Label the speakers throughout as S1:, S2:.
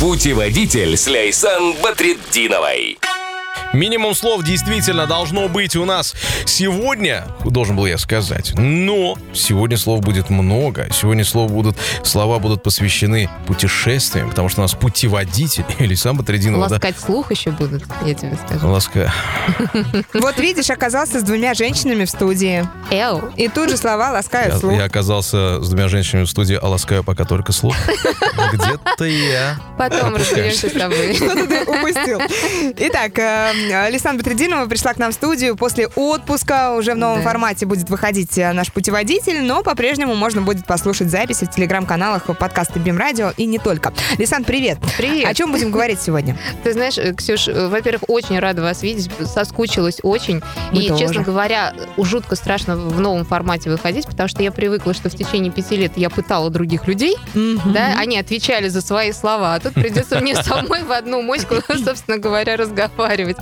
S1: Путеводитель с Ляйсан Батретдиновой.
S2: Минимум слов действительно должно быть у нас сегодня, должен был я сказать. Но сегодня слов будет много. Сегодня слов будут, слова будут посвящены путешествиям, потому что у нас путеводитель или сам
S3: Ну
S2: Батрединова. да?
S4: Ласкать слух еще будут, я тебе скажу.
S2: Ласка.
S3: Вот видишь, оказался с двумя женщинами в студии.
S4: Эу.
S3: И тут же слова ласкают
S2: Я,
S3: Э, слух.
S2: я оказался с двумя женщинами в студии, а ласкаю пока только слух. Где-то я.
S4: Потом разберемся с тобой.
S3: Что-то ты упустил. Итак, э, Александра Батрединова пришла к нам в студию после отпуска. Уже в новом
S4: Да.
S3: формате будет выходить э, наш путеводитель, но по-прежнему можно будет послушать записи в телеграм-каналах подкаста Бим Радио и не только. Лисан, привет.
S4: Привет.
S3: О чем будем говорить сегодня?
S4: Ты знаешь, э, Ксюш, э, во-первых, очень рада вас видеть, соскучилась очень.
S3: Мы
S4: и,
S3: тоже.
S4: честно говоря, жутко страшно в новом формате выходить, потому что я привыкла, что в течение пяти лет я пытала других людей, да, они отвечали за свои слова, а тут придется мне самой в одну моську, собственно говоря, разговаривать.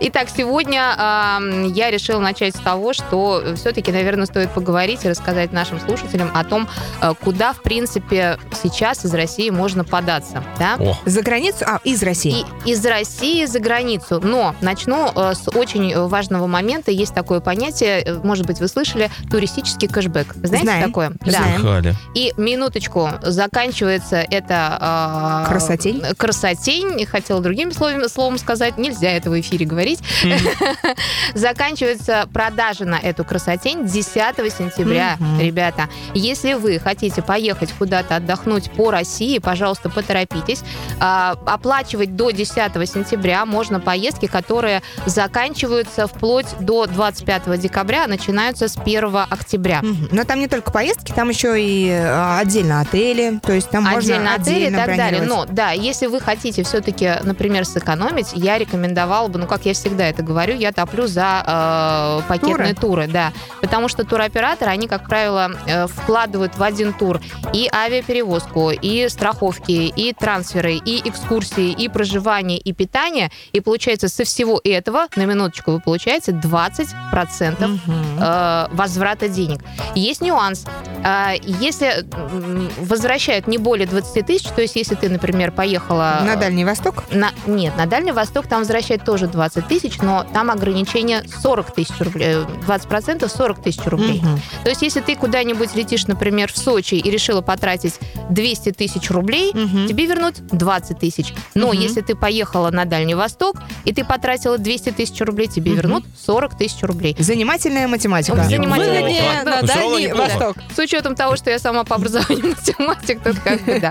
S4: Итак, сегодня ам, я решила начать с того, что все-таки, наверное, стоит поговорить и рассказать нашим слушателям о том, э, куда, в принципе, сейчас из России можно податься, да.
S2: О,
S3: За границу? А, из России.
S4: И из России за границу. Но начну э, с очень э, важного момента. Есть такое понятие, э, может быть, вы слышали, туристический кэшбэк. Знаете
S3: Знаем.
S4: такое?
S3: Знаем.
S2: Халя.
S4: Да. И минуточку, заканчивается это... э,
S3: Красотень?
S4: Красотень. Не Хотела другим словом, словом сказать. Нельзя это в эфире говорить. Заканчивается продажа на эту красотень 10 сентября,
S3: Мгм.
S4: ребята. Если вы хотите поехать куда-то отдохнуть по России, пожалуйста, поторопитесь. А, Оплачивать до 10 сентября можно поездки, которые заканчиваются вплоть до 25 декабря, а начинаются с 1 октября.
S3: Мгм. Но там не только поездки, там еще и э, отдельно отели, то есть там
S4: отдельно
S3: можно
S4: отели и
S3: отдельно
S4: так далее.
S3: бронировать.
S4: Но да, если вы хотите все-таки, например, сэкономить, я рекомендовала бы, ну как я всегда это говорю, я топлю за э, пакетные туры, да, потому что туроператоры, они как правило э, вкладывают в один тур и авиаперевозку, и страховки, и трансферы, и экскурсии, и проживание, и питание, и получается со всего этого на минуточку вы получаете 20 процентов
S3: Мгм.
S4: э, возврата денег. Есть нюанс. А, Если м, возвращают не более 20 тысяч, то есть если ты, например, поехала... э,
S3: На Дальний Восток?
S4: На- нет, на Дальний Восток там возвращают тоже 20 тысяч, но там ограничение 40 тысяч рублей, э, 20% 40 тысяч рублей.
S3: Мгм.
S4: То есть если ты куда-нибудь летишь, например, в Сочи и решила потратить 200 тысяч рублей,
S3: Мгм.
S4: тебе вернут 20 тысяч. Но
S3: Мгм.
S4: если ты поехала на Дальний Восток и ты потратила 200 тысяч рублей, тебе
S3: Мгм.
S4: вернут 40 тыщ рублей.
S3: Занимательная математика.
S4: Занимательная
S3: Выгоднее
S4: математика.
S3: на
S2: Ну, всё равно
S3: Дальний
S2: неплохо.
S3: Восток.
S4: С учетом того, что я сама по образованию математик, тут как бы да.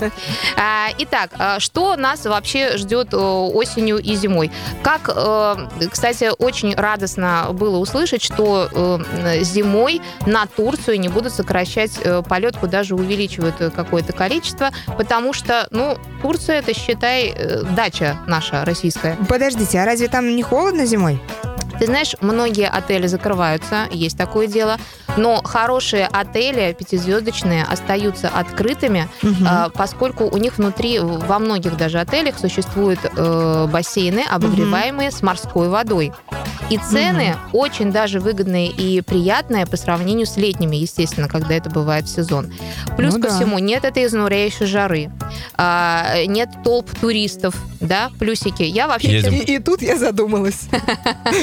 S4: А, Итак, а, что нас вообще ждет э, осенью и зимой? Как, э, кстати, очень радостно было услышать, что э, зимой на Турцию не будут сокращать э, полетку, даже увеличивают э, какое-то количество, потому что, ну, Турция это, считай, э, дача наша российская.
S3: Подождите, а разве там не холодно зимой?
S4: Ты знаешь, многие отели закрываются, есть такое дело, но хорошие отели, пятизвездочные, остаются открытыми, а, поскольку у них внутри, во многих даже отелях, существуют э, бассейны, обогреваемые с морской водой. И цены очень даже выгодные и приятные по сравнению с летними, естественно, когда это бывает в сезон. Плюс
S3: Ну
S4: ко
S3: да.
S4: всему, нет этой изнуряющей жары, а, нет толп туристов, да, плюсики. Я вообще,
S2: Едем.
S3: И, и тут я задумалась.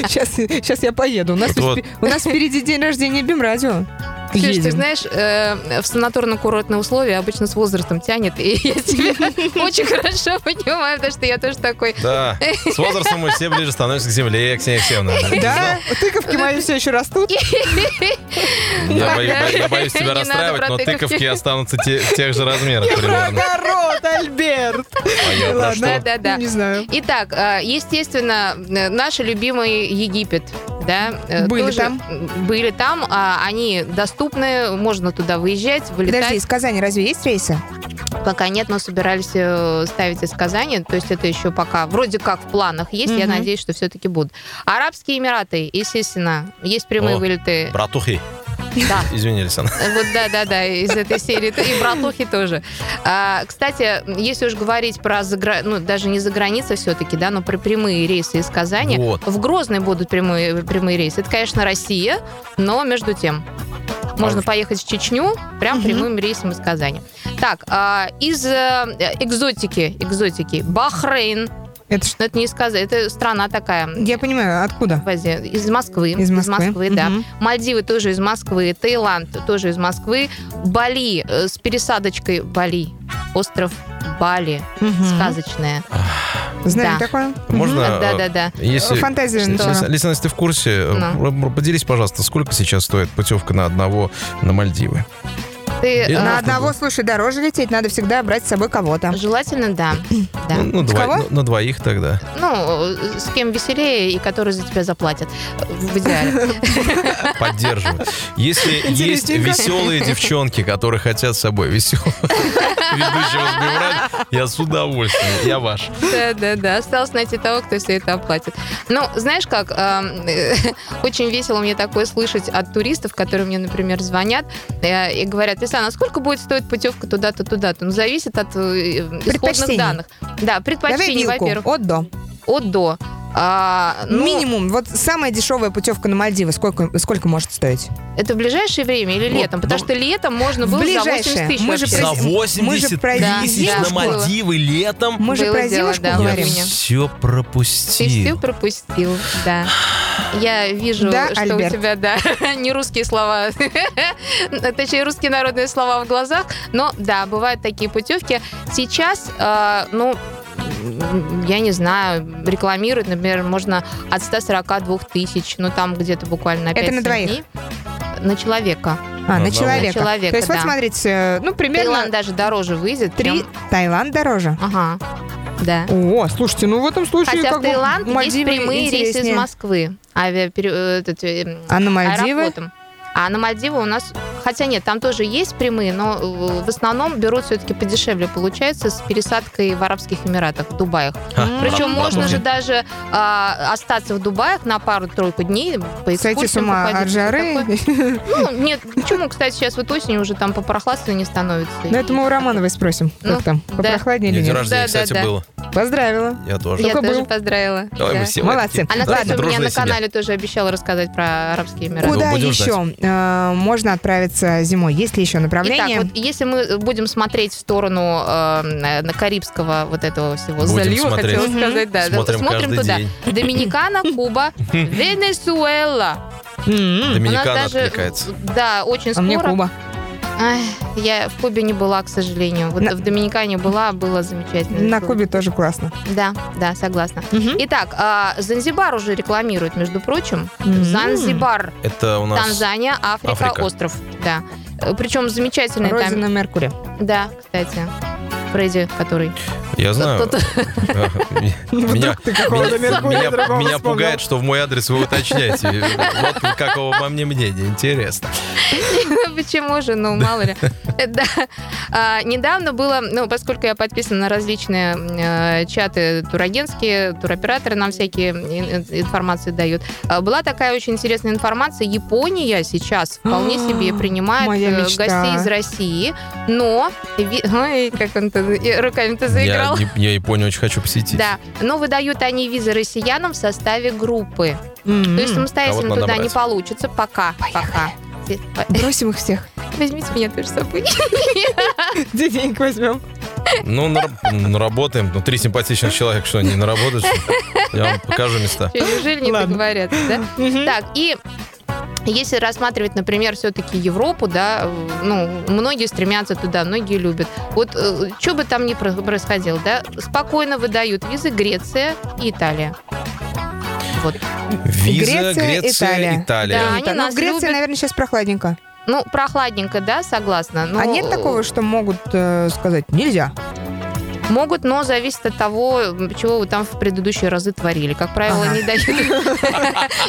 S3: Сейчас, сейчас я поеду. У нас,
S2: Вот.
S3: вспе- у нас впереди день рождения Бимрадио.
S4: Ксюш, ты
S3: Едем.
S4: знаешь, э, в санаторно-курортные условия обычно с возрастом тянет, и я тебя очень хорошо понимаю, потому что я тоже такой.
S2: Да. С возрастом мы все ближе становимся к земле, Ксения Алексеевна.
S3: Да? Тыковки мои все еще растут.
S2: Я, бою-
S4: Да.
S2: я боюсь тебя
S4: Не надо
S2: расстраивать,
S4: про
S2: но
S4: тыковки.
S2: тыковки останутся те- тех же размеров примерно.
S3: Огород, Альберт!
S2: А я про
S3: Ладно.
S2: что?
S4: Да-да-да.
S3: Не знаю.
S4: Итак, э, естественно, э, наши любимые Египет, да, э,
S3: Были
S4: тоже
S3: там?
S4: были там, а они доступны, можно туда выезжать,
S3: Подожди,
S4: вылетать.
S3: из Казани разве есть рейсы?
S4: Пока нет, но собирались э, ставить из Казани, то есть это еще пока вроде как в планах есть, я
S3: Мгм.
S4: надеюсь, что все-таки будут. Арабские Эмираты, естественно, есть прямые
S2: О.
S3: Э,
S4: вылеты.
S2: Братухи.
S4: Да.
S2: Извини, Александр.
S4: Вот да, да, да, из этой серии. И братухи тоже. А, кстати, если уж говорить про загра- ну, даже не за границей все-таки, да, но про прямые рейсы из Казани.
S2: Вот.
S4: В Грозный будут прямые, прямые рейсы. Это, конечно, Россия, но между тем. Можно
S2: А-
S4: поехать в Чечню прям
S3: Мгм.
S4: прямым рейсом из Казани. Так, а, из э, э, экзотики, экзотики, Бахрейн.
S3: Это ш-
S4: Но это не из Казани, это страна такая.
S3: Я понимаю, откуда?
S4: Возьми, Из Москвы.
S3: Из Москвы.
S4: да.
S3: Мгм.
S4: Мальдивы тоже из Москвы. Таиланд тоже из Москвы. Бали э, с пересадочкой Бали. Остров Бали.
S3: Мгм.
S4: Сказочная.
S3: Знаем
S4: Да.
S3: такое?
S2: Можно? э,
S4: Да-да-да.
S2: Если...
S3: Фантазия.
S2: Лиса,
S3: Что? Ну.
S2: Лиса, Лиса, ты в курсе? э, р- Поделись, пожалуйста, сколько сейчас стоит путевка на одного на Мальдивы?
S4: Ты
S2: Я
S4: э,
S2: на
S3: На одного, слушай, дороже лететь, надо всегда брать с собой кого-то.
S4: желательно, да. да.
S2: Ну, на,
S3: С кого?
S2: на- на двоих тогда.
S4: Ну, э, с кем веселее и который за тебя заплатят. Э, В идеале.
S2: Поддерживаю. Если есть
S3: Интересненько.
S2: веселые девчонки, которые хотят с собой веселого ведущего сбивать, я с удовольствием. Я ваш.
S4: Да, да, да. Осталось найти того, кто все это оплатит. Ну, знаешь как, эм, э, очень весело мне такое слышать от туристов, которые мне, например, звонят э, и говорят, Исана, сколько будет стоить путевка туда-то, туда-то? Ну, зависит от э, исходных
S3: Предпочтений.
S4: данных. Да,
S3: Давай
S4: предпочтений,
S3: вилку.
S4: во-первых.
S3: От до.
S4: От до. А, ну,
S3: Минимум. Вот самая дешевая путевка на Мальдивы. Сколько, сколько может стоить?
S4: Это в ближайшее время или
S2: Ну,
S4: летом? Потому
S2: ну,
S4: что летом можно
S3: в
S4: было за 80
S3: ближайшее.
S4: тысяч
S3: Мы же
S4: вообще.
S3: про-
S2: За
S3: мы же
S2: 80
S3: про
S2: тысяч на
S4: девушку.
S2: Мальдивы летом
S3: Мы же
S4: Было
S3: про
S4: дело,
S3: девушку
S4: да,
S2: я
S3: говорим.
S4: Марина.
S2: все
S4: Ты все
S2: пропустил.
S4: пропустил, да. Я вижу,
S3: Да,
S4: что
S3: Альберт?
S4: у тебя, да, не русские слова, точнее, русские народные слова в глазах, но, да, бывают такие путевки. Сейчас, э, ну, м, я не знаю, рекламируют, например, можно от 142 тысяч, ну, там где-то буквально на
S3: Это
S4: 5
S3: на двоих?
S4: На человека.
S3: А,
S2: На
S3: на человека.
S4: человека,
S3: То есть вот
S4: да.
S3: смотрите, э, ну
S4: Таиланд
S3: примерно
S4: даже дороже выйдет.
S3: три.
S4: прям.
S3: Таиланд дороже.
S4: Ага, да.
S3: О, слушайте, ну в этом случае
S4: Хотя
S3: как
S4: в
S3: бы
S4: Таиланд есть
S3: Мальдивы
S4: прямые рейсы из
S3: интереснее.
S4: Москвы. Авиапере... э, этот, э, м,
S3: А на Мальдивы?
S4: аэрофлотом. А на Мальдивы у нас, хотя нет, там тоже есть прямые, но э, в основном берут все-таки подешевле, получается, с пересадкой в Арабских Эмиратах, в Дубаях.
S2: Ха,
S4: Причем
S2: про-
S4: можно же
S2: продолжим.
S4: даже а, остаться в Дубаях на пару-тройку дней, по
S3: Сойти
S4: экскурсиям
S3: с ума
S4: походить,
S3: от
S4: всё
S3: жары.
S4: такое. Ну, нет, почему, кстати, сейчас вот осенью уже там попрохладственно не становится.
S3: Ну, это мы у Романовой спросим.
S4: Ну,
S3: Как там?
S4: да.
S3: Попрохладнее
S2: День
S3: или нет?
S2: рождения,
S4: Да, да,
S2: кстати,
S4: да.
S2: было.
S3: Поздравила.
S2: Я тоже.
S4: Я
S3: Только
S4: тоже
S3: был.
S4: поздравила. А,
S2: Давай мы
S4: да.
S2: все
S3: Молодцы.
S2: такие.
S4: Она,
S2: Да,
S4: кстати, у меня
S2: дружная
S4: на
S2: семья.
S4: канале тоже обещала рассказать про Арабские Эмираты.
S3: Куда
S2: Будем
S3: еще э, можно отправиться зимой? Есть ли еще
S4: Итак,
S3: направление?
S4: вот если мы будем смотреть в сторону э, на на Карибского вот этого всего
S2: Будем
S4: залива,
S2: смотреть.
S4: хотела
S3: Мгм.
S4: сказать, да,
S2: Смотрим каждый
S4: туда.
S2: день.
S4: Доминикана, Куба, Венесуэла.
S3: М-м.
S4: У нас
S2: Доминикана
S4: даже,
S2: откликается.
S4: Да, очень
S3: А мне
S4: скоро.
S3: Куба.
S4: Ай, я в Кубе не была, к сожалению. Вот
S3: На-
S4: в Доминикане была, было замечательно.
S3: На
S4: Было.
S3: Кубе тоже классно.
S4: Да, да, согласна.
S3: Мгм.
S4: Итак, а, Занзибар уже рекламируют, между прочим.
S3: М.
S4: Занзибар.
S2: Это у нас...
S4: Танзания, Африка,
S2: Африка.
S4: остров. Да. Э, Причем замечательный
S3: Родина Меркурия.
S4: там. Да, кстати. Фредди, который.
S2: Я знаю.
S4: Кто-то-
S2: Меня, меня- меня- меня пугает, что в мой адрес вы уточняете. Вот какого обо мне мнения. Интересно.
S4: Почему же? Ну, мало ли. Э, Да. А, Недавно было, ну, поскольку я подписана на различные э, чаты турагентские, туроператоры нам всякие ин- ин- информации дают. А, Была такая очень интересная информация. Япония сейчас вполне себе принимает
S3: А, Моя
S4: э,
S3: мечта.
S4: гостей из России, но... ви- Ой, как он-то э, руками-то
S2: Я,
S4: заиграл.
S2: не- я Японию очень хочу посетить.
S4: Да, но выдают они визы россиянам в составе группы. То есть
S2: А
S4: самостоятельно
S2: вот надо
S4: туда не
S2: брать.
S4: получится пока. Пока.
S3: Бросим их всех.
S4: Возьмите меня тоже с собой.
S3: Где денег возьмем?
S2: Ну, нар- наработаем. Ну, три симпатичных человека, что, не наработаешь? Я вам покажу места.
S4: Чё, Неужели не
S3: Ладно.
S4: договорятся, да? Так, и если рассматривать, например, все-таки Европу, да, э, ну, многие стремятся туда, многие любят. Вот что бы там ни про- происходило, да, спокойно выдают визы Греция и Италия. Вот.
S2: Виза,
S3: Греция,
S2: Греция,
S3: Италия.
S2: Италия.
S4: Да. Они
S3: Ну,
S4: нас
S3: в Греции,
S4: любят.
S3: наверное, сейчас прохладненько.
S4: Ну, прохладненько, да, согласна. но-
S3: А нет такого, что могут э, сказать нельзя?
S4: Могут, но зависит от того, чего вы там в предыдущие разы творили. Как правило,
S3: Ага.
S4: не дают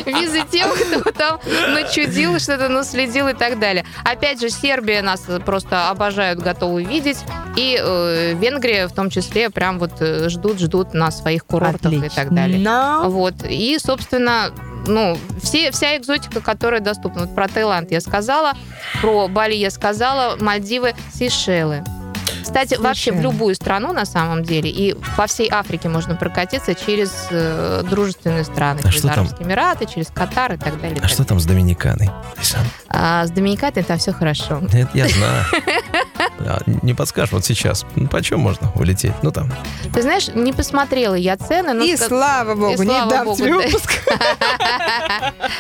S4: визы тем, кто там начудил, что-то наследил и так далее. Опять же, Сербия нас просто обожают, готовы видеть. И э, Венгрия в том числе прям вот э, ждут-ждут на своих курортах и так далее. А
S3: Но...
S4: Вот. И, собственно, ну, все, вся экзотика, которая доступна. Вот про Таиланд я сказала, про Бали я сказала, Мальдивы, Сейшелы. Кстати, вообще в
S3: Совершенно.
S4: любую страну на самом деле, и по всей Африке можно прокатиться через э, дружественные страны, через
S2: А что там?
S4: Арабские Эмираты, через Катар и так далее. и
S2: А
S4: так
S2: что там с Доминиканой? Лейсан?
S4: А с Доминикатой там все хорошо.
S2: Это я знаю. А, Не подскажешь вот сейчас. Ну, почем можно улететь? Ну, там,
S4: Ты знаешь, не посмотрела я цены, но...
S3: И
S4: ска-
S3: слава
S4: И
S3: богу, не
S4: слава
S3: дам
S4: богу,
S3: тебе
S4: да.
S3: отпуск.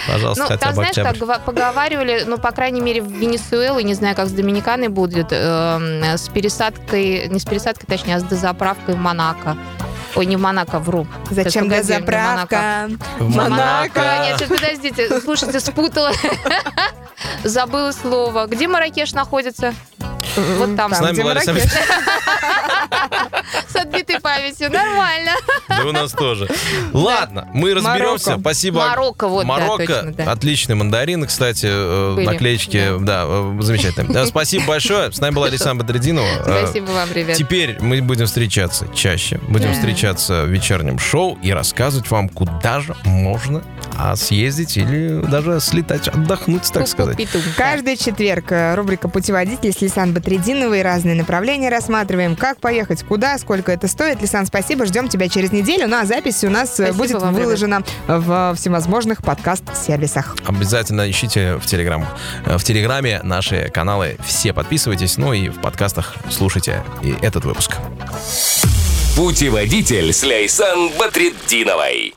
S2: пожалуйста,
S4: Ну,
S2: хотя
S4: там,
S2: бы
S4: знаешь, как
S2: октябрь.
S4: гва- поговаривали, ну, по крайней мере, в Венесуэлу, не знаю, как с Доминиканой будет, эм, с пересадкой, не с пересадкой, точнее, а с дозаправкой в Монако. Ой, не в Монако, вру.
S3: Зачем
S4: Это другой день, не Монако.
S3: газоправка?
S2: В
S4: Монако. Нет, сейчас, подождите, слушайте, спутала. Забыла слово. Где Маракеш находится? Вот там.
S2: С нами
S3: где
S2: была
S3: Маракеш.
S2: Александра-
S4: С отбитой памятью. Нормально.
S2: Да у нас тоже. Ладно, мы разберемся.
S3: Марокко.
S2: Спасибо.
S4: Марокко, вот, да,
S2: Марокко, э,
S4: точно, да.
S2: отличные мандарины, кстати, э,
S4: Были,
S2: наклеечки, да, э, замечательные. Да, Спасибо большое. С нами была Александра Бадридинова. Э,
S4: Спасибо вам, ребят.
S2: Теперь мы будем встречаться чаще, будем
S4: Да.
S2: встречаться в вечернем шоу и рассказывать вам, куда же можно а, съездить или даже слетать, отдохнуть, так сказать.
S4: Каждый
S3: Каждый четверг э, рубрика «Путеводитель» с Лисан Батрединовой. Разные направления рассматриваем. Как поехать, куда, сколько это стоит. Лисан, спасибо, ждем тебя через неделю. Ну а запись у нас э,
S4: Спасибо
S3: будет
S4: вам, ребят.
S3: выложена в всевозможных подкаст-сервисах.
S2: Обязательно ищите в Телеграм, э, в Телеграме наши каналы. Все подписывайтесь, ну и в подкастах слушайте и этот выпуск.
S1: Путеводитель с Ляйсан Батретдиновой.